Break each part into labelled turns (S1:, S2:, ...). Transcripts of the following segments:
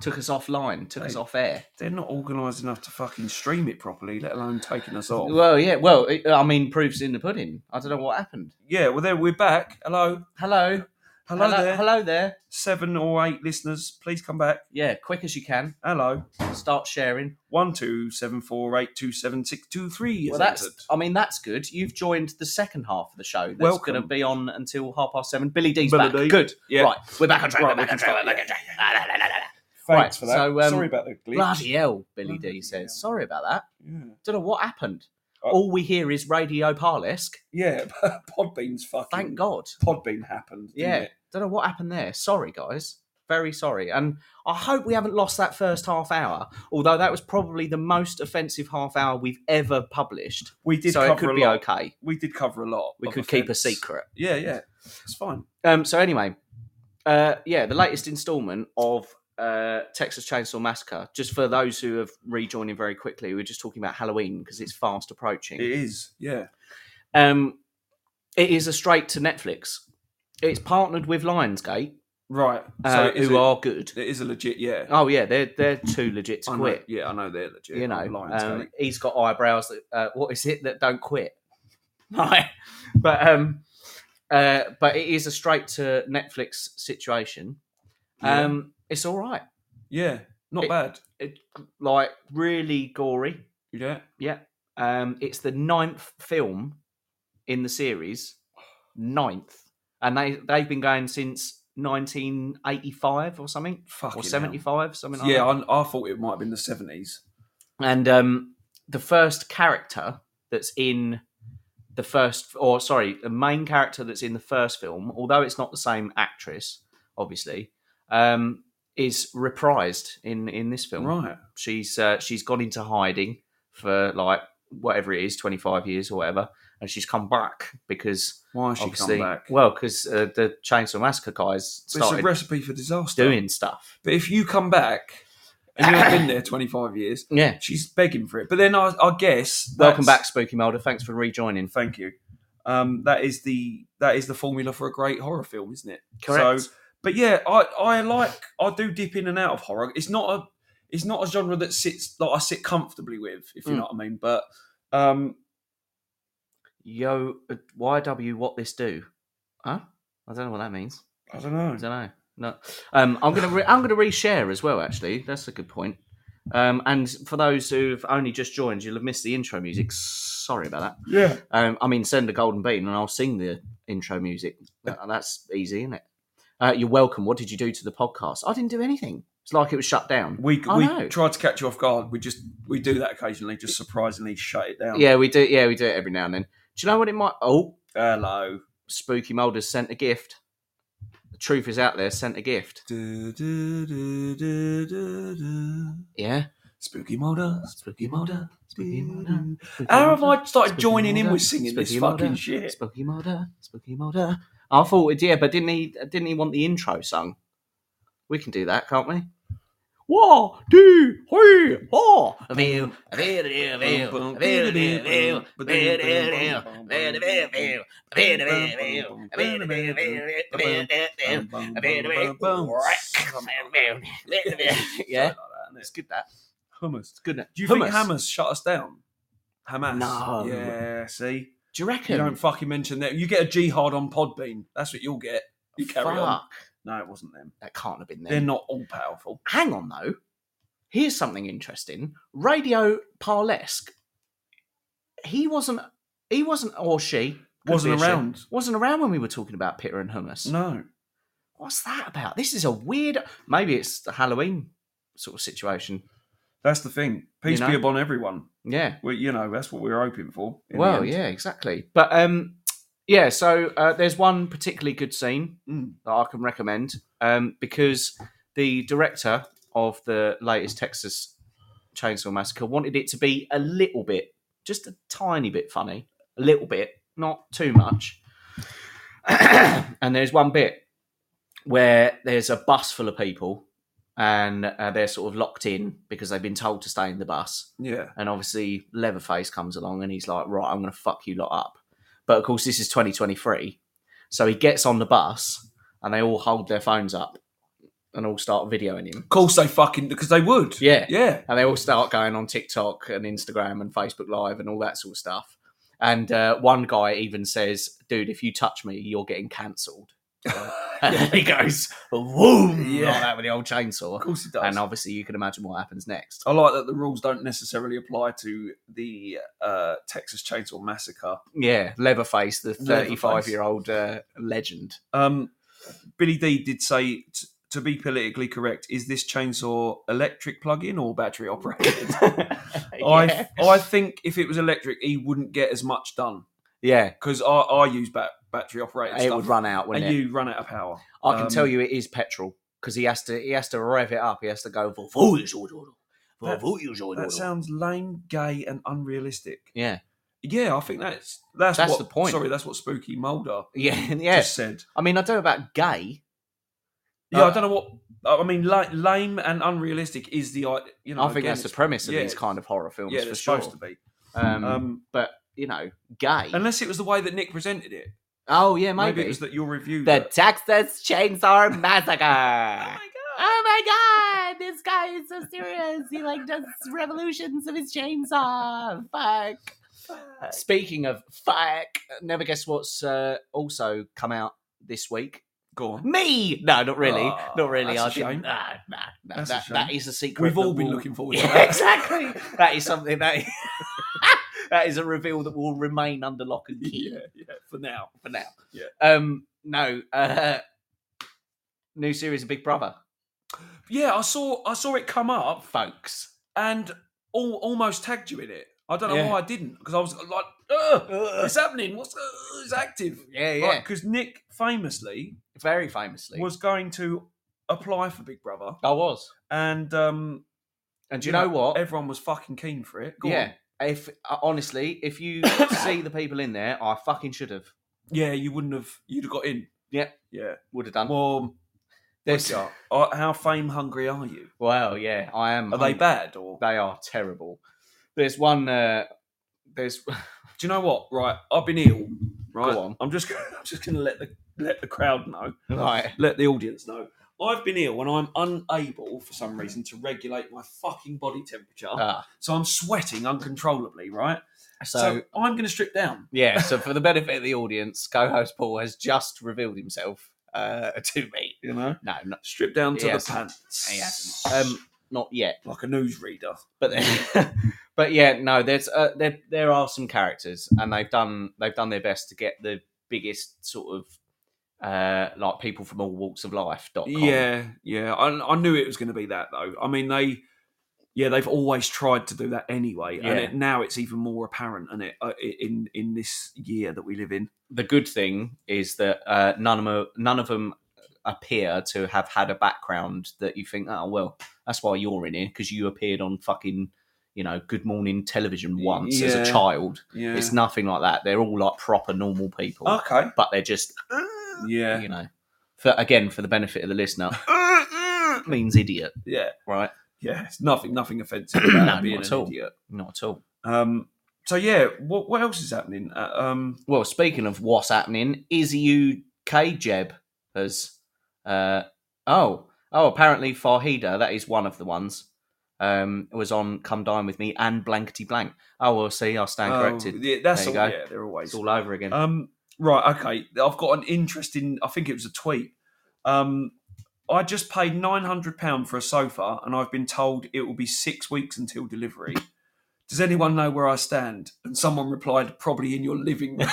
S1: took us offline, took
S2: Hey.
S1: us off air.
S2: They're not organised enough to fucking stream it properly, let alone taking us off.
S1: Well, yeah. Well, it, uh, I mean, proof's in the pudding. I don't know what happened.
S2: yeah, well, there we're back. Hello.
S1: Hello,
S2: Hello, there.
S1: hello there.
S2: Seven or eight listeners, please come back.
S1: Yeah, quick as you can.
S2: Hello.
S1: Start sharing.
S2: One, two, seven, four, eight, two, seven, six, two, three.
S1: Well,
S2: is
S1: that's.
S2: entered.
S1: I mean, that's good. You've joined the second half of the show. That's
S2: Welcome.
S1: going to be on until half past seven. Billy D's
S2: Billy
S1: back.
S2: D.
S1: Good.
S2: Yeah.
S1: Right, we're back on track.
S2: Right,
S1: we're
S2: we
S1: back on track.
S2: can start,
S1: We're back on track. La, la, la, la, la.
S2: Thanks
S1: right,
S2: for that.
S1: so, um,
S2: Sorry about the glitch.
S1: Bloody hell, Billy D
S2: Bloody hell.
S1: says. Sorry about that.
S2: Yeah.
S1: Don't know what happened.
S2: Oh.
S1: All we hear is Radio Parlesk.
S2: Yeah, Podbean's fucking.
S1: Thank God.
S2: Podbean happened. didn't
S1: Yeah.
S2: it?
S1: Don't know what happened there. Sorry, guys. Very sorry. And I hope we haven't lost that first half hour, although that was probably the most offensive half hour we've ever published.
S2: We did
S1: so
S2: cover
S1: it could
S2: a
S1: be
S2: lot.
S1: okay.
S2: We did cover a lot.
S1: We
S2: of
S1: could keep a
S2: offence.
S1: secret.
S2: Yeah, yeah. It's fine.
S1: Um, so, anyway, uh, yeah, the latest installment of uh, Texas Chainsaw Massacre. Just for those who have rejoined in very quickly, we we're just talking about Halloween because it's fast approaching.
S2: It is. Yeah.
S1: Um, it is a straight to Netflix. It's partnered with Lionsgate,
S2: Right.
S1: uh,
S2: it is
S1: who
S2: a,
S1: are good.
S2: It is a legit. Yeah.
S1: Oh yeah, they're they're too legit to
S2: I know-
S1: quit.
S2: yeah, I know they're legit.
S1: You know,
S2: Lions,
S1: um, he's got eyebrows that uh, what is it that don't quit? Right, but um, uh, but it is a straight to Netflix situation.
S2: Yeah.
S1: Um, it's all right.
S2: yeah, not
S1: it-
S2: bad.
S1: It like really gory.
S2: Yeah.
S1: Yeah. Um, it's the ninth film in the series. Ninth. And they, they've been going since 1985 or something.
S2: Fucking
S1: Or
S2: hell.
S1: 75, something like
S2: Yeah,
S1: that.
S2: I, I thought it might have been the seventies.
S1: And um, the first character that's in the first, or sorry, the main character that's in the first film, although it's not the same actress, obviously, um, is reprised in, in this film.
S2: Right.
S1: She's uh, she's gone into hiding for like whatever it is, twenty five years or whatever, and she's come back because
S2: Why has she
S1: obviously,
S2: come back?
S1: well, because uh, the Chainsaw Massacre guys
S2: But it's a
S1: started
S2: recipe for disaster.
S1: doing stuff.
S2: But if you come back and you've been there twenty five years,
S1: Yeah.
S2: she's begging for it. But then I, I guess
S1: Welcome
S2: that's-
S1: back, Spooky Mulder. Thanks for rejoining.
S2: Thank you. Um, that is the that is the formula for a great horror film, isn't it?
S1: Correct.
S2: So, but yeah, I I like I do dip in and out of horror. It's not a it's not a genre that sits that I sit comfortably with, if you
S1: Mm.
S2: know what I mean. But um,
S1: Yo, uh, YW, what this do? Huh? I don't know what that means.
S2: I don't know.
S1: I don't know. No, um, I'm gonna re- I'm gonna reshare as well. Actually, that's a good point. Um, and for those who've only just joined, you'll have missed the intro music. Sorry about that.
S2: Yeah,
S1: Um, I mean, send a golden bean and I'll sing the intro music. That- That's easy, isn't it? Uh, you're welcome. What did you do to the podcast? I didn't do anything. It's like it was shut down.
S2: we
S1: I
S2: we
S1: know.
S2: try to catch you off guard. We just we do that occasionally, just surprisingly shut it down.
S1: yeah, we do. Yeah, we do it every now and then. Do you know what it might? Oh,
S2: Hello.
S1: Spooky Mulder's sent a gift. The truth is out there. Sent a gift.
S2: Du- du- du- du- du- du.
S1: Yeah.
S2: Spooky Mulder. Spooky Mulder.
S1: Spooky Mulder. Spooky
S2: How have
S1: Mulder,
S2: I started
S1: Spooky
S2: joining in
S1: Mulder,
S2: with singing this
S1: Spooky
S2: fucking
S1: Mulder,
S2: shit?
S1: Spooky Mulder. Spooky Mulder. I thought it. Yeah, but didn't he? Didn't he want the intro sung? We can do that, can't we? One, two, three, four. Veal, veal, veal, veal, veal, veal, veal, veal, veal, veal, veal, veal, veal, veal. Yeah, it's good. That
S2: Hummus.
S1: it's good. That.
S2: Do you think
S1: Hummus.
S2: Hamas shut us down? Hamas.
S1: No.
S2: Yeah, see?
S1: Do you reckon?
S2: You don't fucking mention that. You get a jihad on Podbean. That's what you'll get. You carry on.
S1: Fuck.
S2: No, it wasn't them.
S1: That can't have been there.
S2: They're not all powerful.
S1: Hang on though. Here's something interesting. Radio Parlesque. He wasn't. He wasn't, or she could
S2: Wasn't
S1: be a she,
S2: around.
S1: Wasn't around when we were talking about Pitter and Hummus.
S2: No.
S1: What's that about? This is a weird. Maybe it's the Halloween sort of situation.
S2: That's the thing. Peace
S1: You know?
S2: be upon everyone.
S1: Yeah.
S2: Well, you know, that's what we were hoping for. in the
S1: Well,
S2: end.
S1: yeah, exactly. But um, yeah. So uh, there's one particularly good scene
S2: Mm.
S1: that I can recommend um, because the director of the latest Texas Chainsaw Massacre wanted it to be a little bit, just a tiny bit funny, a little bit, not too much. and there's one bit where there's a bus full of people and uh, they're sort of locked in because they've been told to stay in the bus.
S2: Yeah.
S1: And obviously, Leatherface comes along and he's like, right, I'm going to fuck you lot up. But of course, this is 2023. So he gets on the bus and they all hold their phones up and all start videoing him.
S2: Of course they fucking because they would.
S1: Yeah.
S2: Yeah.
S1: And they all start going on TikTok and Instagram and Facebook Live and all that sort of stuff. And uh, one guy even says, "Dude, if you touch me, you're getting cancelled." And he goes, "Boom!"
S2: Yeah.
S1: Like that with the old
S2: Of
S1: chainsaw.
S2: course it does.
S1: And obviously, you can imagine what happens next.
S2: I like that the rules don't necessarily apply to the uh, Texas Chainsaw Massacre.
S1: Yeah, Leatherface, the
S2: Leatherface.
S1: thirty-five-year-old uh, legend.
S2: Um, Billy D did say, t- to be politically correct, is this chainsaw electric plug-in or battery operated? I
S1: yeah.
S2: I think if it was electric, he wouldn't get as much done
S1: yeah,
S2: because I, I use bat- battery operated
S1: it
S2: stuff,
S1: would run out,
S2: and
S1: wouldn't it?
S2: you run out of power.
S1: I can
S2: um,
S1: tell you, it is petrol because he has to he has to rev it up. He has to go for voltage order, for
S2: That-
S1: voltage order.
S2: That sounds lame, gay, and unrealistic.
S1: Yeah,
S2: Yeah, I think that's that's,
S1: That's
S2: what,
S1: the point.
S2: Sorry, that's what Spooky Mulder
S1: yeah, yeah.
S2: just said.
S1: I mean, I don't know about gay.
S2: Yeah,
S1: Uh,
S2: I don't know what I mean. Like, lame and unrealistic is the i- you know.
S1: I think
S2: again,
S1: that's the premise of
S2: yeah,
S1: these kind of horror films
S2: yeah,
S1: for
S2: they're
S1: sure.
S2: supposed to be.
S1: Um,
S2: Um,
S1: but you know, gay.
S2: unless it was the way that Nick presented it.
S1: oh yeah,
S2: Maybe,
S1: maybe.
S2: it was that your review.
S1: the
S2: that-
S1: Texas Chainsaw
S2: oh
S1: Massacre.
S2: my god!
S3: Oh my god, this guy is so serious. He like does revolutions of his chainsaw. Fuck.
S1: Speaking of fuck, never guess what's uh, also come out this week.
S2: Go on.
S1: Me? No, not really.
S2: Ah,
S1: not really. I
S2: that's a
S1: didn't.
S2: shame.
S1: Nah, nah, nah,
S2: That's a
S1: that,
S2: shame.
S1: that is a secret.
S2: We've
S1: that
S2: all been
S1: will-
S2: looking forward to
S1: Yeah,
S2: that.
S1: exactly. That is something that that is a reveal that will remain under lock and key
S2: yeah, yeah, for now.
S1: for now.
S2: Yeah.
S1: Um. No. Uh. New series of Big Brother,
S2: Yeah, I saw I saw it come up
S1: folks.
S2: and all, almost tagged you in it. I don't know
S1: Yeah.
S2: why I didn't because I was like, Ugh,
S1: Yeah.
S2: it's happening. What's uh, it's active?
S1: Yeah.
S2: Because Nick famously
S1: Very famously,
S2: was going to apply for Big Brother,
S1: I was.
S2: and um,
S1: And do you know what?
S2: Everyone was fucking keen for it. Go
S1: yeah.
S2: on.
S1: If uh, honestly, if you see the people in there, I fucking should have.
S2: Yeah, you wouldn't have. You'd have got in.
S1: Yeah.
S2: Yeah.
S1: Would have done.
S2: Well,
S1: There's-
S2: yeah. Uh, how fame hungry are you?
S1: Well, yeah, I am.
S2: Are they bad or?
S1: They are terrible. There's one. Uh, there's
S2: Do you know what? Right, I've been ill. Right,
S1: Go on.
S2: I'm just gonna, I'm just going to let the let the crowd know,
S1: right.
S2: let the audience know. I've been ill and I'm unable for some reason to regulate my fucking body temperature,
S1: Ah,
S2: so I'm sweating uncontrollably. Right,
S1: so,
S2: I'm going to strip down.
S1: yeah. So for the benefit of the audience, co-host Paul has just revealed himself uh, to me.
S2: You know,
S1: No, not,
S2: strip down to
S1: He
S2: the
S1: hasn't.
S2: pants.
S1: He hasn't. um, not yet.
S2: like a newsreader.
S1: But but yeah, no. There's uh, there there are some characters, and they've done they've done their best to get the biggest sort of uh, like people from all walks of life. Dot com.
S2: Yeah, yeah. I, I knew it was going to be that though. I mean, they, yeah, they've always tried to do that anyway,
S1: Yeah.
S2: and it, now it's even more apparent, and it uh, i- in in this year that we live in.
S1: the good thing is that uh, none of 'em- none of them appear to have had a background that you think, oh well, that's why you're in here because you appeared on fucking you know Good Morning Television once as
S2: Yeah.
S1: a child.
S2: Yeah. Oh.
S1: It's nothing like that. They're all like proper normal people,
S2: okay.
S1: but they're just
S2: Yeah.
S1: you know. For, again, for the benefit of the listener, means idiot,
S2: Yeah.
S1: right?
S2: Yeah. It's nothing. Nothing offensive about
S1: No,
S2: being
S1: not at
S2: an
S1: all.
S2: idiot.
S1: Not at all.
S2: Um. So yeah, what what else is happening? Uh, um.
S1: Well, speaking of what's happening, Izzy UK Jeb has. Uh, oh, oh, apparently Farhida, that is one of the ones, um, was on Come Dine With Me and Blankety Blank. Oh, well, see, I stand
S2: oh,
S1: corrected.
S2: yeah, that's
S1: There you
S2: all.
S1: go.
S2: Yeah, they're always
S1: It's all over again.
S2: Um, right, okay. I've got an interesting. I think it was a tweet. Um, I just paid nine hundred pound for a sofa, and I've been told it will be six weeks until delivery. Does anyone know where I stand? And someone replied, "Probably in your living room."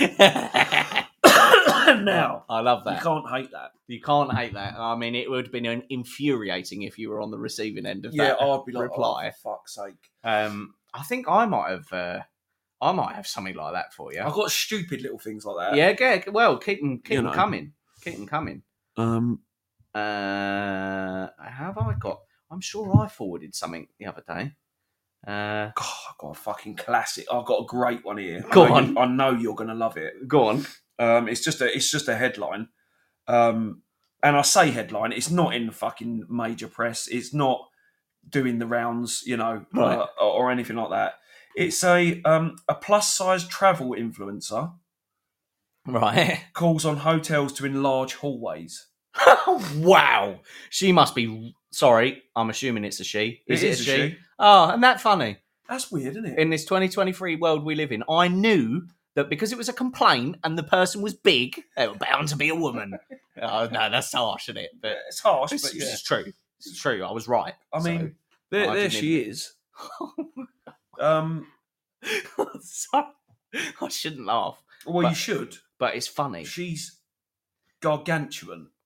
S2: now
S1: I love
S2: you
S1: that.
S2: can't hate that.
S1: You can't, hate that. I mean, it would have been infuriating if you were on the receiving end of
S2: Yeah,
S1: that.
S2: I'd be like,
S1: reply.
S2: Oh, for "Fuck's sake!"
S1: Um, I think I might have. Uh, I might have something like that for you.
S2: I've got stupid little things like that.
S1: yeah, yeah. Well, keep them, keep
S2: You
S1: 'em
S2: know.
S1: coming, keep them coming.
S2: Um.
S1: Uh, have I got? I'm sure I forwarded something the other day. Uh,
S2: God, I've got a fucking classic. I've got a great one here.
S1: Go
S2: I know
S1: on.
S2: you- I know you're gonna love it.
S1: go on.
S2: Um, it's just a it's just a headline, um, and I say headline. It's not in the fucking major press. It's not doing the rounds, you know,
S1: Right.
S2: uh, or anything like that. It's a um, a plus size travel influencer
S1: Right.
S2: calls on hotels to enlarge hallways.
S1: wow. She must be. Sorry, I'm assuming it's a she. Is it,
S2: is
S1: a, she? Oh, and that funny.
S2: That's weird, isn't it?
S1: In this 2023 world we live in, I knew that because it was a complaint and the person was big, they were bound to be a woman. oh, no, that's harsh, isn't it? But
S2: it's harsh,
S1: it's,
S2: but yeah.
S1: it's true. It's true. I was right.
S2: I mean,
S1: I
S2: there, there
S1: didn't
S2: she is. Um,
S1: so, Sorry. I shouldn't laugh,
S2: well,
S1: But-
S2: you should.
S1: but it's funny.
S2: She's gargantuan.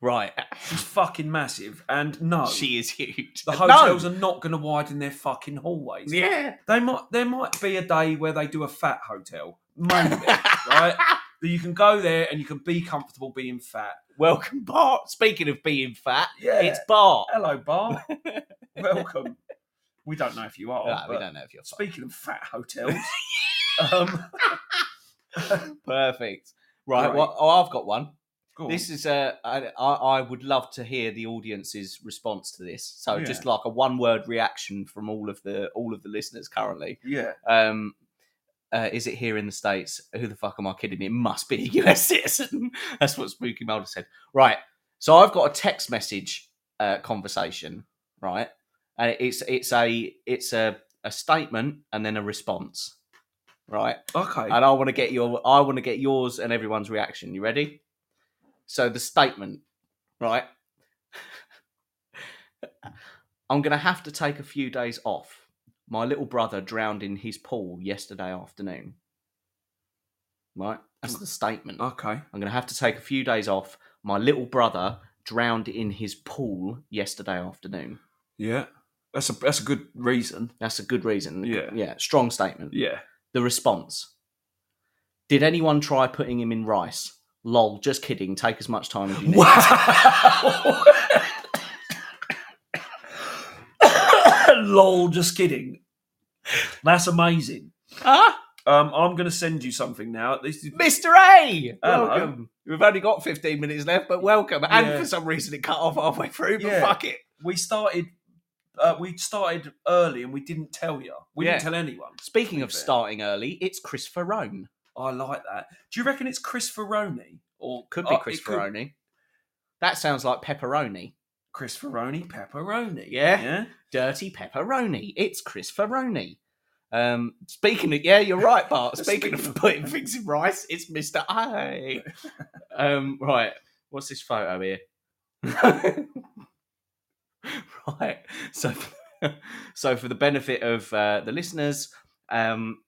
S1: Right.
S2: She's fucking massive. And no,
S1: She is huge.
S2: the
S1: No.
S2: hotels are not going to widen their fucking hallways.
S1: Yeah.
S2: They might. There might be a day where they do a fat hotel, maybe, right? That you can go there and you can be comfortable being fat.
S1: Welcome, Bart. Speaking of being fat,
S2: Yeah.
S1: it's Bart.
S2: Hello, bar. Welcome. We don't know if you are.
S1: No, we
S2: Oh, but
S1: don't know if you're fat.
S2: Speaking of fat hotels, um,
S1: Perfect. Right.
S2: Right.
S1: Well, oh, I've got one.
S2: go on.
S1: This is uh, I, I I would love to hear the audience's response to this. So
S2: Yeah.
S1: just like a one word reaction from all of the all of the listeners currently.
S2: yeah,
S1: Um, uh, is it here in the states? Who the fuck am I kidding? It must be a US citizen. That's what Spooky Mulder said. Right. So I've got a text message uh, conversation. Right. And it's it's a it's a a statement and then a response. Right
S2: okay.
S1: and I want to get your I want to get yours and everyone's reaction. You ready? So the statement, right? I'm going to have to take a few days off. My little brother drowned in his pool yesterday afternoon. Right? That's the statement. I'm
S2: Okay.
S1: going to have to take a few days off. My little brother drowned in his pool yesterday afternoon.
S2: Yeah, that's a that's a good reason.
S1: That's a good reason.
S2: Yeah.
S1: Yeah, strong statement.
S2: Yeah.
S1: The response Did anyone try putting him in rice? Lol, just kidding. Take as much time as you need.
S2: Wow. Lol. Just kidding. That's amazing.
S1: Huh?
S2: Um, I'm going to send you something now. This is,
S1: Mr. A!
S2: Hello.
S1: Welcome. We've only got 15 minutes left, but welcome. And
S2: Yeah.
S1: for some reason, it cut off halfway through, but
S2: Yeah.
S1: fuck it.
S2: we started. Uh, we started early and we didn't tell you. We didn't
S1: Yeah.
S2: tell anyone.
S1: Speaking of
S2: Fair.
S1: starting early, it's Chris Ferrone.
S2: I like that. Do you reckon it's Chris Ferroni or
S1: Oh, Could be
S2: uh,
S1: Chris
S2: it could-
S1: Ferrone. That sounds like pepperoni.
S2: Chris Ferroni, pepperoni.
S1: Yeah.
S2: yeah.
S1: Dirty pepperoni. It's Chris Ferrone. Um, speaking of, yeah, you're right, Bart. Speaking
S2: Speaking
S1: of
S2: of-
S1: putting things in rice, it's Mr. A. um, right. What's this photo here? right. So, so for the benefit of uh, the listeners, um,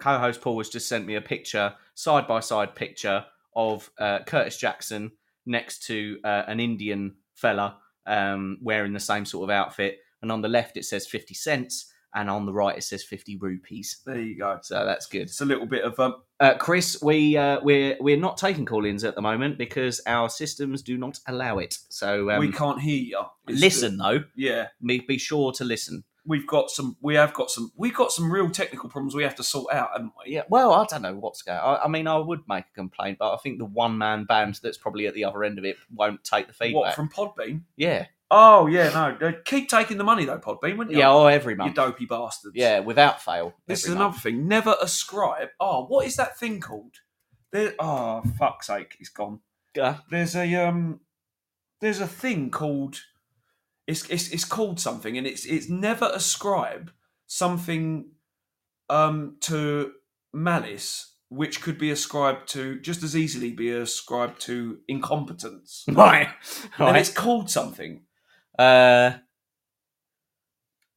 S1: co-host Paul has just sent me a picture, side by side picture of uh, Curtis Jackson next to uh, an Indian fella um, wearing the same sort of outfit, and on the left it says fifty cents, and on the right it says fifty rupees.
S2: There you go.
S1: So that's good.
S2: It's a little bit of um.
S1: Uh, Chris, we uh, we're we're not taking call-ins at the moment because our systems do not allow it. So um,
S2: we can't hear you. It's-
S1: listen though,
S2: yeah,
S1: be, be sure to listen.
S2: we've got some. We have got some. We've got some real technical problems we have to sort out, haven't we?
S1: Yeah, well, I don't know what's going. I, I mean, I would make a complaint, but I think the one-man band that's probably at the other end of it won't take the feedback.
S2: What from Podbean?
S1: yeah,
S2: Oh yeah, no. they Keep taking the money though, Podbean, wouldn't
S1: yeah,
S2: you?
S1: or every
S2: you
S1: month.
S2: dopey bastards.
S1: Yeah, without fail.
S2: This
S1: every
S2: is
S1: month.
S2: another thing. Never ascribe. Oh, what is that thing called? There. Oh, fuck's sake, it's gone.
S1: Uh,
S2: there's a um there's a thing called it's it's, it's called something and it's it's never ascribe something um to malice which could be ascribed to just as easily be ascribed to incompetence
S1: right,
S2: and
S1: right.
S2: it's called something
S1: Uh,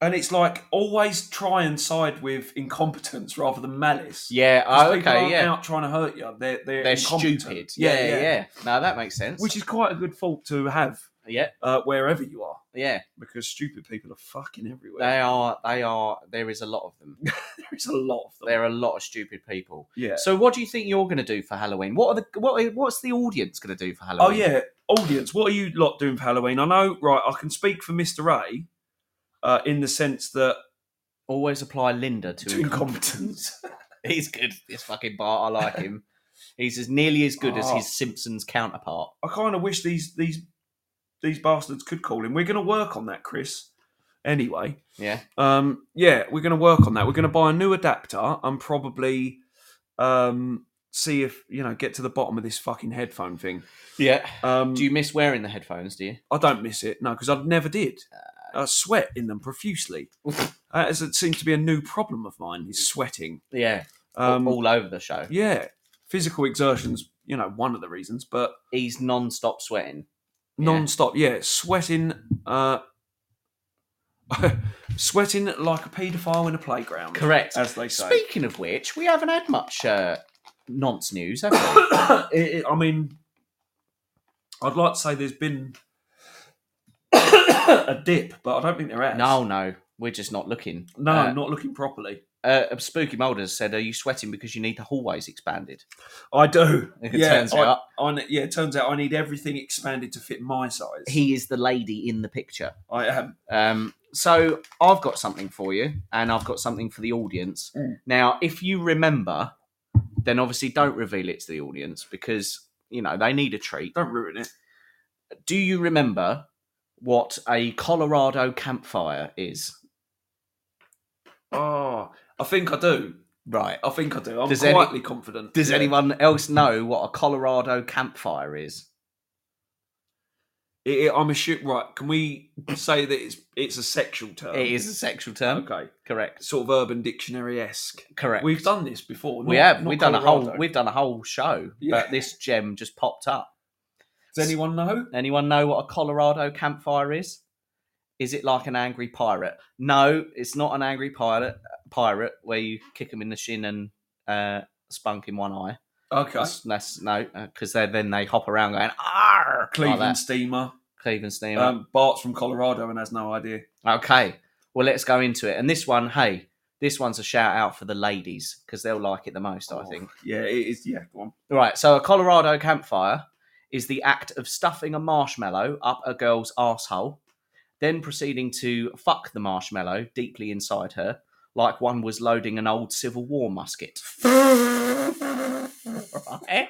S2: and it's like always try and side with incompetence rather than malice
S1: yeah.
S2: 'Cause
S1: Oh,
S2: people
S1: okay.
S2: aren't
S1: Yeah.
S2: out trying to hurt you they're they're,
S1: They're
S2: incompetent.
S1: stupid. Yeah, yeah, yeah. No, that makes sense.
S2: which is quite a good fault to have
S1: yeah,
S2: uh, wherever you are
S1: yeah.
S2: because stupid people are fucking everywhere.
S1: They are. They are. There is a lot of them.
S2: there is a lot of them.
S1: There are a lot of stupid people.
S2: yeah.
S1: So, what do you think you're going to do for Halloween? What are the what? are- What's the audience going to do for
S2: Oh
S1: Halloween?
S2: yeah, audience, what are you lot doing for Halloween? I know, right? I can speak for Mister A, uh, in the sense that
S1: always apply Linda to,
S2: to incompetence.
S1: He's good. This fucking Bart. I like him. He's as nearly as good as
S2: Oh.
S1: his Simpsons counterpart.
S2: I kind of wish these these these bastards could call him. We're going to work on that, Chris. Anyway,
S1: Yeah.
S2: um, yeah, we're going to work on that. We're going to buy a new adapter and probably um, see if you know get to the bottom of this fucking headphone thing.
S1: Yeah.
S2: Um,
S1: Do you miss wearing the headphones? Do you?
S2: I don't miss it no, because I never did. I sweat in them profusely. uh, as it seems to be a new problem of mine is sweating.
S1: Yeah.
S2: Um,
S1: all over the show.
S2: yeah, physical exertions, you know, one of the reasons, but
S1: He's non-stop sweating. Yeah.
S2: non-stop yeah sweating uh sweating like a paedophile in a playground
S1: Correct.
S2: as they say
S1: Speaking of which, we haven't had much uh, nonce news, have we?
S2: It- it- i mean i'd like to say there's been a dip but i don't think there has
S1: no, no. We're just not looking.
S2: no
S1: Uh,
S2: not looking properly
S1: Uh, Spooky Moulders said, "Are you sweating because you need the hallways expanded?"
S2: i do
S1: It
S2: yeah
S1: turns
S2: I,
S1: out
S2: I ne- yeah it turns out i need everything expanded to fit my size
S1: he is the lady in the picture.
S2: i am
S1: Um, so I've got something for you, and I've got something for the audience.
S2: Mm.
S1: Now, if you remember, then obviously don't reveal it to the audience because you know they need a treat.
S2: don't ruin it
S1: Do you remember what a Colorado campfire is?
S2: oh i think i do
S1: Right.
S2: i think i do i'm
S1: Does any-
S2: quietly confident
S1: Does
S2: Yeah.
S1: anyone else know what a Colorado campfire is?
S2: It, it, I'm a shit. Right? Can we say that it's it's a sexual term?
S1: It is a sexual term.
S2: Okay.
S1: Correct.
S2: Sort of urban dictionary esque.
S1: Correct.
S2: We've done this before.
S1: we
S2: not-
S1: have.
S2: not
S1: We've done a whole.
S2: Colorado.
S1: We've done a whole show,
S2: Yeah.
S1: but this gem just popped up.
S2: Does anyone know?
S1: Anyone know what a Colorado campfire is? Is it like an angry pirate? No, it's not an angry pirate. Pirate where you kick them in the shin and uh, spunk in one eye.
S2: Okay.
S1: That's, that's no, because they then they hop around going ah,
S2: Cleveland steamer.
S1: Cleveland steamer.
S2: Um, Bart's from Colorado and has no idea.
S1: Okay, well let's go into it. And this one, hey, this one's a shout out for the ladies because they'll like it the most, I
S2: Oh,
S1: think.
S2: Yeah, it is. Yeah, go on.
S1: Right, so a Colorado campfire is the act of stuffing a marshmallow up a girl's asshole, then proceeding to fuck the marshmallow deeply inside her, like one was loading an old Civil War musket. Right?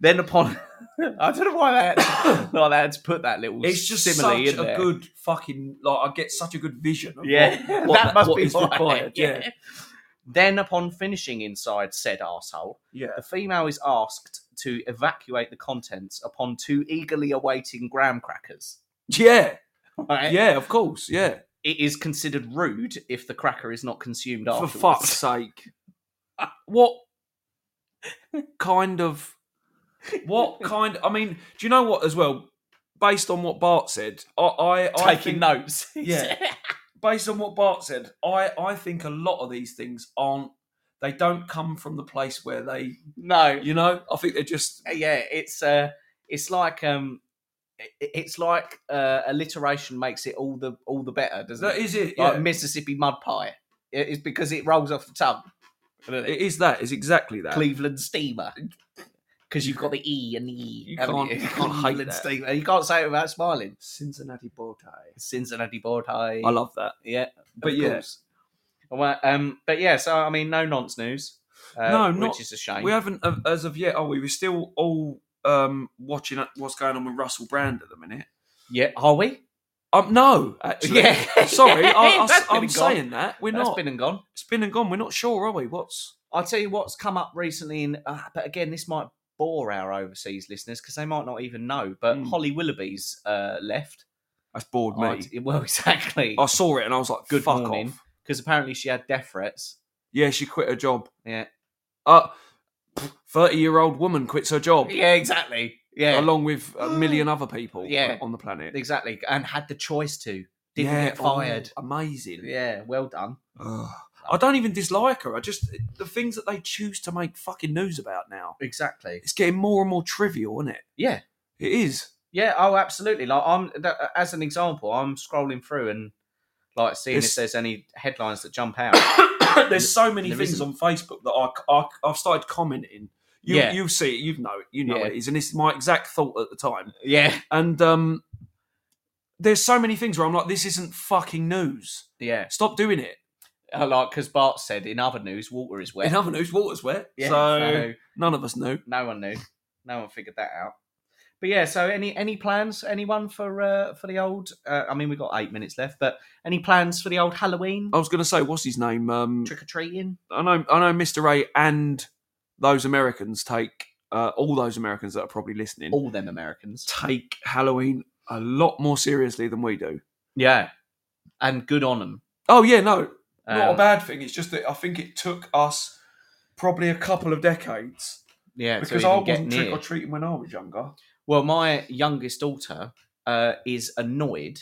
S1: Then upon, I don't know why that, why they had to put that little
S2: It's just
S1: simile
S2: such
S1: in
S2: a
S1: there.
S2: good fucking. Like, I get such a good vision. Of
S1: Yeah,
S2: What,
S1: that,
S2: what
S1: must
S2: what
S1: be
S2: is
S1: why.
S2: required. Yeah.
S1: Then, upon finishing inside said asshole,
S2: Yeah.
S1: the female is asked to evacuate the contents upon two eagerly awaiting graham crackers.
S2: Yeah.
S1: Right?
S2: Yeah. Of course. Yeah.
S1: It is considered rude if the cracker is not consumed
S2: For
S1: afterwards.
S2: fuck's sake. What kind of what kind I mean, do you know what as well? Based on what Bart said, I, I, I
S1: Taking
S2: think,
S1: notes.
S2: Yeah. based on what Bart said, I, I think a lot of these things aren't they don't come from the place where they
S1: no.
S2: you know, I think they're just
S1: Yeah, it's uh, it's like um, i- it's like uh, alliteration makes it all the all the better, doesn't
S2: that
S1: it?
S2: is it.
S1: Like
S2: yeah.
S1: Mississippi mud pie. It- It's because it rolls off the tongue.
S2: It is that, it's exactly that.
S1: Cleveland Steamer. Because you've got the E and the E.
S2: You
S1: haven't
S2: can't- you can't hate
S1: Cleveland
S2: that.
S1: Steamer. You can't say it without smiling.
S2: Cincinnati bow tie.
S1: Cincinnati board high.
S2: I love that.
S1: Yeah,
S2: But
S1: of
S2: yeah.
S1: course. Well, um, but yeah, so I mean, no nonce news. Uh,
S2: No,
S1: which
S2: not-
S1: is a shame.
S2: We haven't uh, as of yet, are we? We're still all um watching uh, what's going on with Russell Brand at the minute.
S1: yeah, are we?
S2: Um, no, actually.
S1: Yeah,
S2: Sorry, I, I,
S1: That's been
S2: am
S1: and gone.
S2: saying that we're
S1: That's
S2: not.
S1: been and gone.
S2: it's been and gone. We're not sure, are we? What's
S1: I'll tell you what's come up recently, in, uh, but again, this might bore our overseas listeners because they might not even know. But
S2: Mm.
S1: Holly Willoughby's uh, left.
S2: that's bored me.
S1: I- well, exactly.
S2: Oh, I, saw it and I was like,
S1: Good
S2: "Fuck
S1: morning.
S2: off!"
S1: Because apparently she had death threats.
S2: Yeah, she quit her job.
S1: Yeah.
S2: Uh thirty-year-old woman quits her job
S1: Yeah, exactly. Yeah,
S2: along with a million other people.
S1: Yeah.
S2: on the planet.
S1: exactly. And had the choice to. Didn't
S2: Yeah,
S1: get fired.
S2: oh, amazing.
S1: Yeah, well done.
S2: Ugh. I don't even dislike her. I just the things that they choose to make fucking news about now.
S1: Exactly.
S2: It's getting more and more trivial, isn't it?
S1: Yeah.
S2: It is.
S1: Yeah. Oh, absolutely. Like I'm, th- as an example, I'm scrolling through and like seeing
S2: It's-
S1: if there's any headlines that jump out.
S2: there's so many
S1: There
S2: things
S1: isn't.
S2: on Facebook that I, I have started commenting. You
S1: Yeah.
S2: you see it, you know it, you know
S1: Yeah.
S2: it is, and it's my exact thought at the time.
S1: yeah.
S2: And um, there's so many things where I'm like, this isn't fucking news.
S1: Yeah.
S2: Stop doing it.
S1: Uh, Like because Bart said in other news, water is wet.
S2: In other news, water's wet,
S1: yeah,
S2: so
S1: so
S2: none of us knew.
S1: no one knew. No one figured that out. But yeah, so any any plans? Anyone for uh, for the old? Uh, I mean, we've got eight minutes left, but any plans for the old Halloween
S2: I was going to say, what's his name? Um,
S1: trick or treating?
S2: I know, I know, Mister A and those Americans take uh, all those Americans that are probably listening
S1: All them Americans.
S2: take Halloween a lot more seriously than we do.
S1: Yeah, and good on them.
S2: Oh yeah, no, not
S1: Um,
S2: a bad thing. It's just that I think it took us probably a couple of decades
S1: Yeah, to
S2: because
S1: even
S2: I
S1: get
S2: wasn't
S1: near.
S2: trick or treating when I was younger.
S1: Well, my youngest daughter uh, is annoyed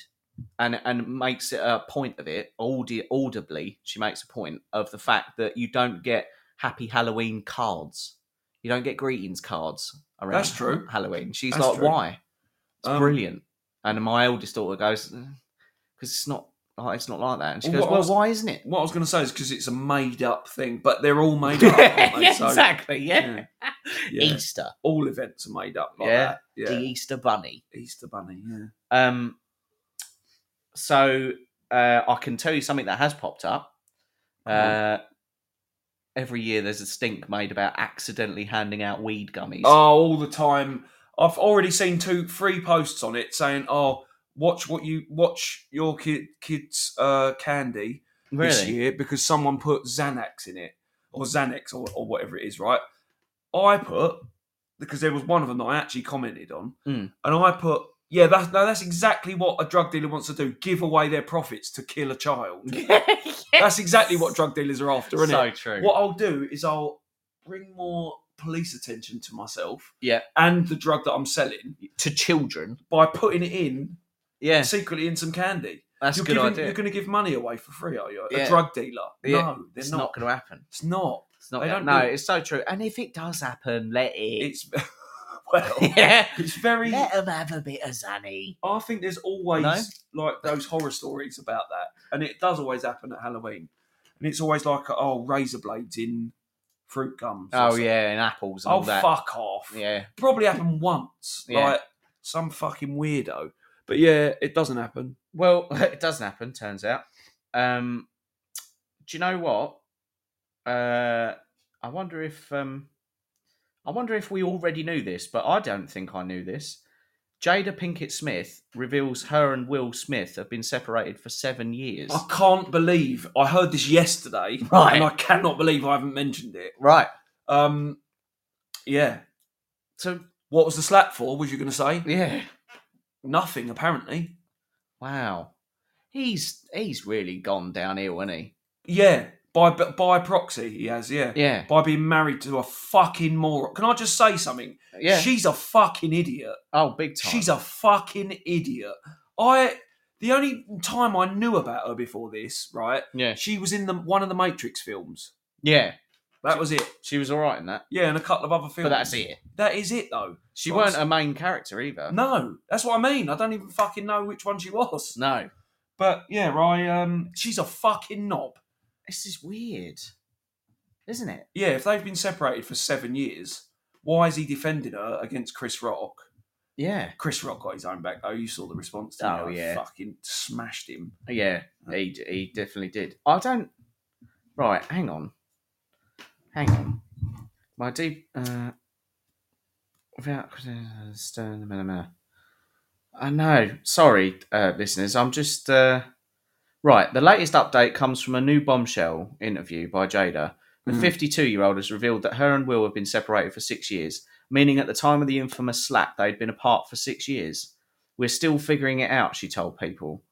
S1: and and makes it a point of it audi- audibly. She makes a point of the fact that you don't get happy Halloween cards. You don't get greetings cards around
S2: That's true.
S1: Halloween. She's
S2: That's
S1: like,
S2: true.
S1: why? It's
S2: Um,
S1: brilliant. And my eldest daughter goes, because it's not. like it's not like that. And she
S2: Well,
S1: goes,
S2: what I
S1: well,
S2: was-
S1: why isn't it?
S2: What I was going to say is because it's a made up thing, but they're all made up. Aren't they? So,
S1: exactly. Yeah.
S2: yeah. yeah.
S1: Easter,
S2: all events are made up like
S1: Yeah.
S2: that. Yeah,
S1: the Easter bunny.
S2: Easter Bunny. Yeah.
S1: Um, so uh, I can tell you something that has popped up. Uh, every year there's a stink made about accidentally handing out weed gummies.
S2: Oh, all the time. I've already seen two, three posts on it saying, "Oh, watch what you watch your kid, kids' uh, candy." this
S1: really?
S2: year because someone put Xanax in it or Xanax or, or whatever it is, right? I put because there was one of them that I actually commented on,
S1: Mm.
S2: and I put, yeah, that's no, that's exactly what a drug dealer wants to do: give away their profits to kill a child. That's exactly what drug dealers are after, isn't
S1: so
S2: it?
S1: true.
S2: What I'll do is I'll bring more police attention to myself,
S1: Yeah.
S2: and the drug that I'm selling
S1: To children?
S2: by putting it in
S1: Yeah,
S2: secretly in some candy.
S1: that's
S2: you're
S1: a good
S2: giving,
S1: idea.
S2: You're going to give money away for free, are you?
S1: Yeah.
S2: A drug dealer?
S1: Yeah.
S2: No, they're
S1: it's not, going to happen.
S2: it's not.
S1: It's not.
S2: They
S1: Gonna,
S2: don't
S1: no,
S2: do-
S1: it's so true. And if it does happen, let it.
S2: It's well,
S1: yeah.
S2: it's very.
S1: Let them have a bit of zanny.
S2: I think there's always
S1: No?
S2: like those horror stories about that, and it does always happen at Halloween, and it's always like oh razor blades in fruit gums. or
S1: Oh
S2: something.
S1: yeah, and apples and
S2: Oh
S1: all that.
S2: fuck off.
S1: Yeah,
S2: Probably happened once,
S1: Yeah.
S2: like some fucking weirdo. But yeah, it doesn't happen.
S1: Well, it doesn't happen. Turns out. Um, do you know what? Uh, I wonder if um, I wonder if we already knew this, but I don't think I knew this. Jada Pinkett Smith reveals her and Will Smith have been separated for seven years.
S2: I can't believe I heard this yesterday,
S1: Right.
S2: and I cannot believe I haven't mentioned it.
S1: Right.
S2: Um, yeah.
S1: So
S2: What was the slap for? Was you going to say
S1: yeah.
S2: nothing? Apparently,
S1: Wow. He's he's really gone downhill, isn't he?
S2: Yeah, by by proxy, he has. Yeah,
S1: Yeah.
S2: by being married to a fucking moron. Can I just say something?
S1: Yeah.
S2: she's a fucking idiot.
S1: oh, big time.
S2: She's a fucking idiot. I the only time I knew about her before this, right?
S1: yeah.
S2: She was in the one of the Matrix films.
S1: Yeah.
S2: That was it.
S1: She was all right in that,
S2: Yeah, and a couple of other films.
S1: but that's it.
S2: That is it though.
S1: She
S2: Right.
S1: weren't a main character either.
S2: No, that's what I mean. I don't even fucking know which one she was.
S1: No.
S2: But yeah, I um, she's a fucking knob.
S1: This is weird, isn't it?
S2: yeah, if they've been separated for seven years, why is he defending her against Chris Rock?
S1: Yeah,
S2: Chris Rock got his own back. Oh, you saw the response. didn't
S1: Oh,
S2: you?
S1: yeah.
S2: fucking smashed him.
S1: yeah. He he definitely did. I don't. Right, hang on, hang on. My deep uh, without stone. blah, blah, blah. I know. Sorry, uh, listeners. I'm just uh, right. The latest update comes from a new bombshell interview by Jada. The
S2: Mhm.
S1: 52 year old has revealed that her and Will have been separated for six years, meaning at the time of the infamous slap, they'd been apart for six years. We're still figuring it out, she told people.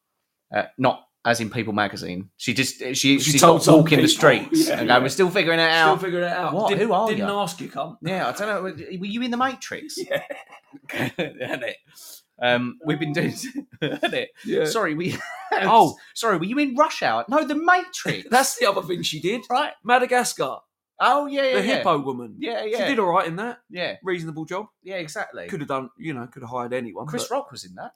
S1: Uh, not as in People magazine. She just she, she
S2: told
S1: stopped
S2: some
S1: walking the
S2: people.
S1: streets.
S2: Yeah,
S1: and
S2: yeah.
S1: We're still figuring it out.
S2: Still figuring it out.
S1: What?
S2: Did,
S1: Who are
S2: Didn't
S1: you?
S2: ask you, cunt.
S1: yeah, I don't know. Were you in the Matrix?
S2: Yeah.
S1: Had it. Um, we've been doing. had it.
S2: Yeah.
S1: Sorry, we.
S2: Uh, Oh.
S1: sorry. Were you in Rush Hour? No, the Matrix.
S2: That's the other thing she did.
S1: right.
S2: Madagascar,
S1: Oh yeah, yeah,
S2: the
S1: yeah.
S2: hippo woman.
S1: Yeah, yeah,
S2: She did all right in that.
S1: yeah,
S2: Reasonable job.
S1: yeah. Exactly.
S2: Could have done, you know, could have hired anyone.
S1: Chris
S2: but
S1: Rock was in that.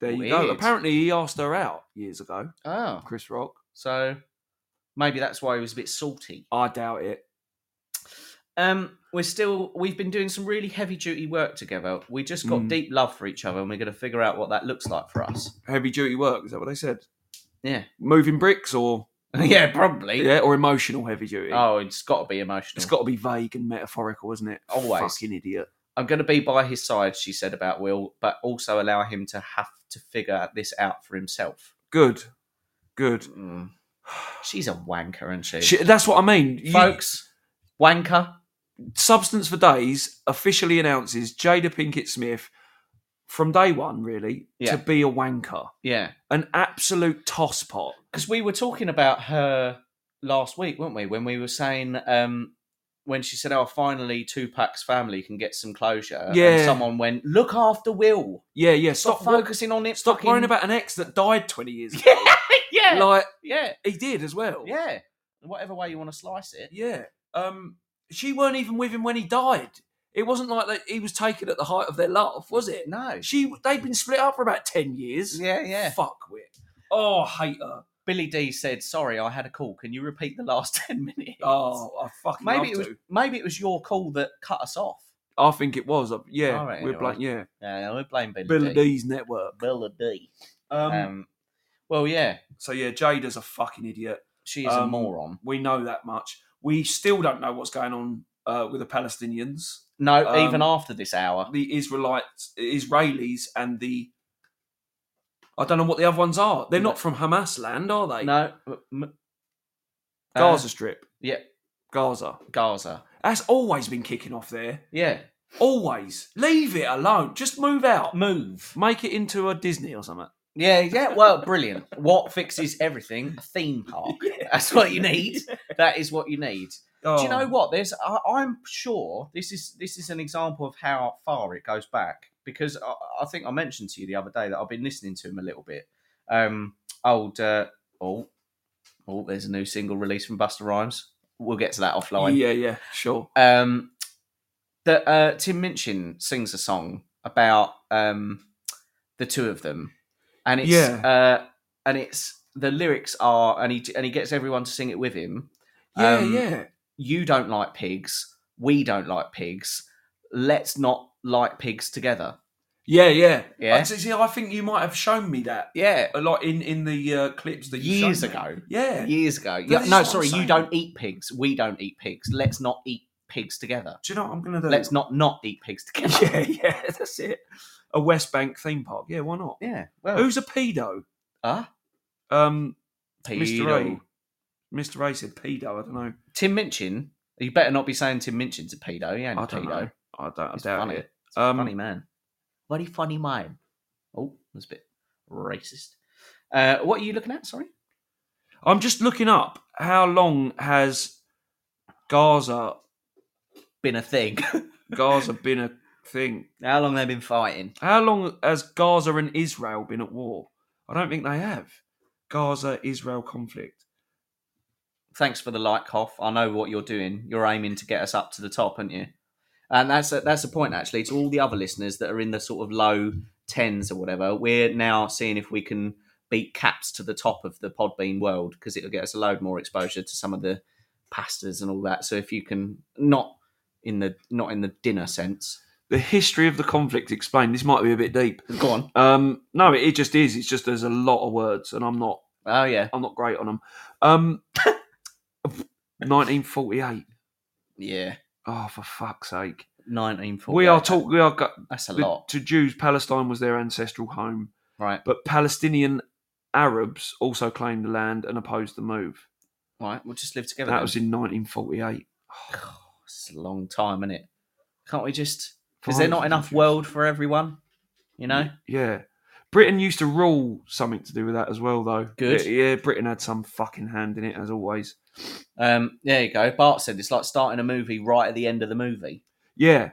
S2: there you
S1: Weird.
S2: go. Apparently, he asked her out years ago.
S1: Oh,
S2: Chris Rock.
S1: so maybe that's why he was a bit salty.
S2: I doubt it.
S1: Um, we're still we've been doing some really heavy duty work together. We just got
S2: Mm.
S1: deep love for each other, and we're going to figure out what that looks like for us.
S2: Heavy duty work. Is that what they said?
S1: Yeah.
S2: Moving bricks or
S1: yeah, probably.
S2: yeah, or emotional heavy duty.
S1: Oh, it's got to be emotional.
S2: It's got to be vague and metaphorical, isn't it?
S1: Always.
S2: Fucking idiot.
S1: I'm going to be by his side, she said about Will, but also allow him to have to figure this out for himself.
S2: Good. Good.
S1: Mm. She's a wanker, isn't she?
S2: She, that's what I mean. You-
S1: Folks, Wanker.
S2: Substance for Days officially announces Jada Pinkett Smith from day one, really,
S1: Yeah.
S2: to be a wanker,
S1: Yeah.
S2: an absolute tosspot.
S1: because we were talking about her last week, weren't we? When we were saying um, when she said, "Oh, finally, Tupac's family can get some closure." and
S2: Yeah.
S1: someone went, "Look after Will.
S2: Yeah, yeah.
S1: Stop
S2: Stop, focusing.
S1: focusing on it.
S2: Stop
S1: fucking-
S2: worrying about an ex that died twenty years ago.
S1: Yeah, yeah,
S2: Like
S1: yeah,
S2: he did as well.
S1: yeah. Whatever way you want to slice it.
S2: yeah. Um, she weren't even with him when he died. It wasn't like that he was taken at the height of their love, was it?
S1: No.
S2: She they've been split up for about ten years.
S1: Yeah, yeah.
S2: Fuck with. Oh, I hate her.
S1: Billy D said, "Sorry, I had a call. Can you repeat the last ten minutes?"
S2: Oh, I fucking
S1: maybe
S2: love
S1: it was
S2: to.
S1: maybe it was your call that cut us off.
S2: I think it was. uh, Yeah,
S1: I reckon
S2: we're
S1: it
S2: bla-
S1: was.
S2: yeah.
S1: Yeah, we blame Billy,
S2: Billy
S1: D.
S2: D's network.
S1: Billy D.
S2: Um,
S1: Um, well, yeah,
S2: so yeah, Jada's a fucking idiot.
S1: she is a
S2: um,
S1: moron.
S2: We know that much. We still don't know what's going on uh, with the Palestinians,
S1: No,
S2: Um,
S1: even after this hour.
S2: the Israelites, Israelis, and the I don't know what the other ones are. They're not from Hamas land, are they?
S1: No. m- uh,
S2: Gaza Strip.
S1: yeah.
S2: Gaza.
S1: Gaza.
S2: That's always been kicking off there.
S1: Yeah.
S2: Always. Leave it alone. Just move out.
S1: Move.
S2: Make it into a Disney or something.
S1: Yeah, yeah. Well, brilliant. what fixes everything? A theme park. That's what you need. That is what you need. Do
S2: Oh,
S1: you know what? There's. I, I'm sure this is this is an example of how far it goes back because I, I think I mentioned to you the other day that I've been listening to him a little bit. Um, old. Uh, oh, oh. There's a new single release from Buster Rhymes. We'll get to that offline.
S2: Yeah, yeah, sure.
S1: um, that uh, Tim Minchin sings a song about um, the two of them, and it's uh, and it's the lyrics are and he and he gets everyone to sing it with him.
S2: Yeah,
S1: Um,
S2: yeah.
S1: You don't like pigs. We don't like pigs. Let's not like pigs together.
S2: Yeah, yeah.
S1: Yeah.
S2: I, see, see, I think you might have shown me that
S1: Yeah,
S2: a lot in in the uh, clips that you
S1: years
S2: showed me.
S1: ago.
S2: Yeah.
S1: Years ago.
S2: But
S1: Yeah,
S2: this
S1: no,
S2: is what
S1: sorry.
S2: I'm
S1: You
S2: saying.
S1: don't eat pigs. We don't eat pigs. Let's not eat pigs together.
S2: Do you know what I'm gonna do?
S1: Let's not not eat pigs together.
S2: yeah, yeah. That's it. A West Bank theme park. Yeah, why not?
S1: Yeah. Well,
S2: Who's a pedo?
S1: Ah?
S2: Um, Mr.
S1: pedo.
S2: A. Mr. A said pedo. I don't know.
S1: Tim Minchin. You better not be saying Tim Minchin's a pedo. He ain't a
S2: I don't
S1: pedo.
S2: know. I don't. I
S1: He's
S2: doubt
S1: funny.
S2: it.
S1: He's a
S2: Um,
S1: funny man. Very funny man. Oh, that's a bit racist. Uh, what are you looking at? Sorry.
S2: I'm just looking up how long has Gaza
S1: Been a thing.
S2: Gaza been a thing?
S1: How long they've been fighting?
S2: How long has Gaza and Israel been at war? I don't think they have. Gaza Israel conflict.
S1: Thanks for the like, Hoff. I know what you're doing. You're aiming to get us up to the top, aren't you? And that's a, that's a point actually to all the other listeners that are in the sort of low tens or whatever. We're now seeing if we can beat caps to the top of the Podbean world because it'll get us a load more exposure to some of the pastas and all that. So if you can not in the not in the dinner sense,
S2: The history of the conflict explained. This might be a bit deep.
S1: go on.
S2: Um, no, it, it just is. It's just there's a lot of words, and I'm not.
S1: Oh yeah,
S2: I'm not great on them. Um, 1948.
S1: yeah.
S2: Oh, for fuck's sake!
S1: Nineteen forty.
S2: We are talk. We are go-
S1: That's a
S2: the-
S1: lot,
S2: to Jews, Palestine was their ancestral home,
S1: right?
S2: but Palestinian Arabs also claimed the land and opposed the move.
S1: Right. We'll just live together.
S2: That
S1: then.
S2: was in 1948.
S1: it's a long time, isn't it? Can't we just? Is there not enough world for everyone? You know.
S2: Yeah. Britain used to rule something to do with that as well, though.
S1: Good.
S2: Yeah, yeah, Britain had some fucking hand in it, as always.
S1: Um, there you go. Bart said it's like starting a movie right at the end of the movie,
S2: Yeah,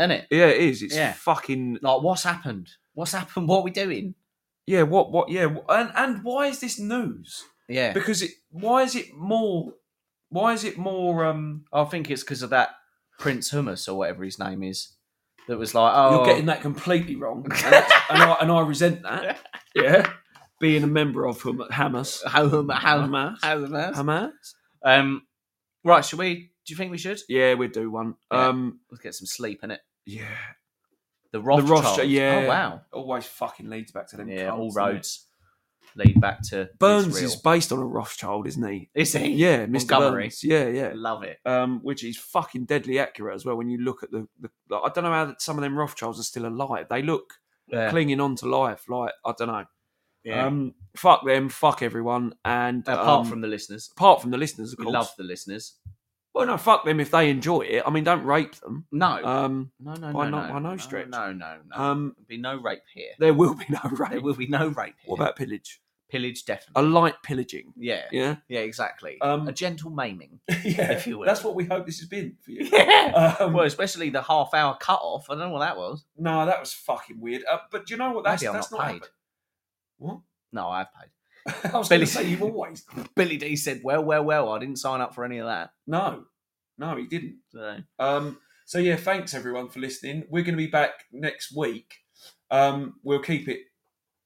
S1: isn't it?
S2: yeah, it is. It's
S1: Yeah.
S2: fucking
S1: Like, what's happened? What's happened? What are we doing?
S2: yeah. What? What? Yeah. wh- And and why is this news?
S1: Yeah,
S2: Because it. Why is it more? Why is it more? Um.
S1: I think it's because of that Prince Hummus or whatever his name is. That was like, oh,
S2: You're getting that completely wrong, and, that's- and I, and I resent that. Yeah, being a member of Ham- Hamas,
S1: how, how, how,
S2: Hamas,
S1: how, how,
S2: Hamas.
S1: um, right? Should we? Do you think we should?
S2: Yeah, we do one.
S1: Yeah.
S2: Um,
S1: Let's get some sleep in it.
S2: yeah,
S1: The Rothschild.
S2: Rothschild, yeah.
S1: Oh wow.
S2: always fucking leads back to them.
S1: Yeah,
S2: cunts,
S1: all
S2: doesn't it?
S1: roads lead back to
S2: Burns
S1: Israel.
S2: is based on a Rothschild, isn't he?
S1: Is he?
S2: Yeah, Mr.
S1: Montgomery.
S2: Burns. Yeah, yeah.
S1: Love it.
S2: Um, which is fucking deadly accurate as well. When you look at the, the like, I don't know how that some of them Rothschilds are still alive. They look
S1: Yeah.
S2: clinging on to life. Like I don't know.
S1: Yeah.
S2: Um, fuck them. Fuck everyone. And
S1: Apart
S2: um,
S1: from the listeners,
S2: apart from the listeners, of
S1: we
S2: course.
S1: love the listeners.
S2: Well, no, fuck them if they enjoy it. I mean, don't rape them.
S1: No,
S2: Um,
S1: no, no,
S2: why
S1: no,
S2: not-
S1: no.
S2: why no
S1: No,
S2: stretch?
S1: No, no, no.
S2: um,
S1: There'll be no rape here.
S2: there will be no
S1: There
S2: rape.
S1: will be no rape here.
S2: What about pillage?
S1: pillage?
S2: A
S1: Definitely.
S2: light pillaging.
S1: yeah, yeah,
S2: Yeah.
S1: exactly.
S2: Um,
S1: a gentle maiming.
S2: yeah.
S1: If you will.
S2: That's what we hope this has been for you.
S1: Yeah.
S2: Um,
S1: well, especially the half hour cut off. I don't know what that was.
S2: no, that was fucking weird. Uh, but do you know what? That's
S1: Maybe I'm
S2: that's
S1: not
S2: not,
S1: paid.
S2: happened. What?
S1: No, I've paid.
S2: I was going
S1: Billy-
S2: to say you've always.
S1: Billy D said, "Well, well, well. I didn't sign up for any of that."
S2: No, no, he didn't.
S1: So,
S2: Um, so yeah, thanks everyone for listening. We're going to be back next week. Um, we'll keep it,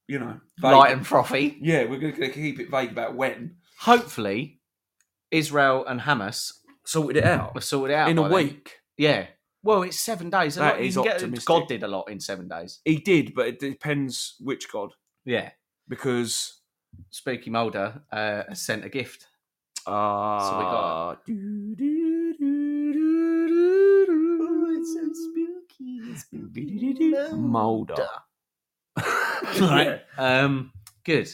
S2: you know, vague.
S1: light and frothy.
S2: yeah, we're going to keep it vague about when
S1: hopefully Israel and Hamas
S2: sorted it out
S1: have sorted it out
S2: in a
S1: by then.
S2: week.
S1: Yeah. Well, it's seven days. A
S2: That
S1: lot, you
S2: is
S1: can get-
S2: optimistic.
S1: God did a lot in seven days.
S2: He did, but it depends which god
S1: Yeah.
S2: because
S1: Spooky Mulder uh, sent a gift.
S2: uh,
S1: we got
S2: it's
S1: spooky.
S2: Mulder.
S1: Right. Um, good.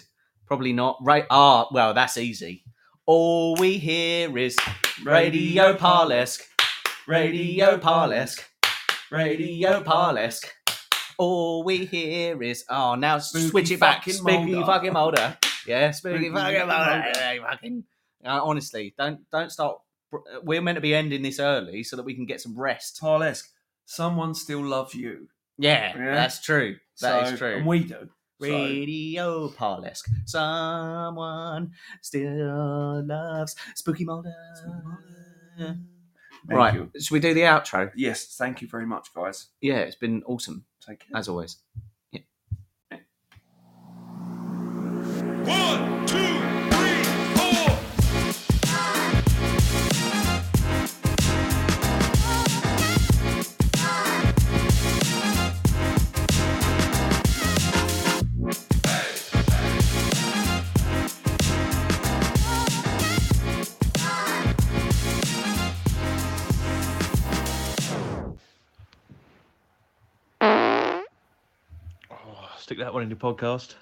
S1: Probably not. Right. Ah, well, that's easy. All we hear is Radio Parlesk, Radio Parlesk, Radio Parlesk. All we hear is oh now
S2: Spooky
S1: switch it back,
S2: fucking
S1: spooky
S2: Mulder.
S1: fucking Mulder. Yeah, spooky
S2: Spooky
S1: fucking
S2: fucking
S1: Mulder.
S2: Mulder.
S1: Yeah, fucking. Uh, honestly, don't don't start. uh, We're meant to be ending this early so that we can get some rest.
S2: Parlesk. Someone still loves you.
S1: Yeah,
S2: Yeah.
S1: that's true. That is
S2: So-
S1: true.
S2: And we do. So-
S1: Radio Parlesk. Someone still loves Spooky Mulder.
S2: Thank
S1: Right,
S2: you.
S1: should we do the outro?
S2: Yes, thank you very much, guys.
S1: Yeah, it's been awesome
S2: Take care.
S1: as always.
S4: One, two, three, four.
S5: Oh, stick that one in your podcast.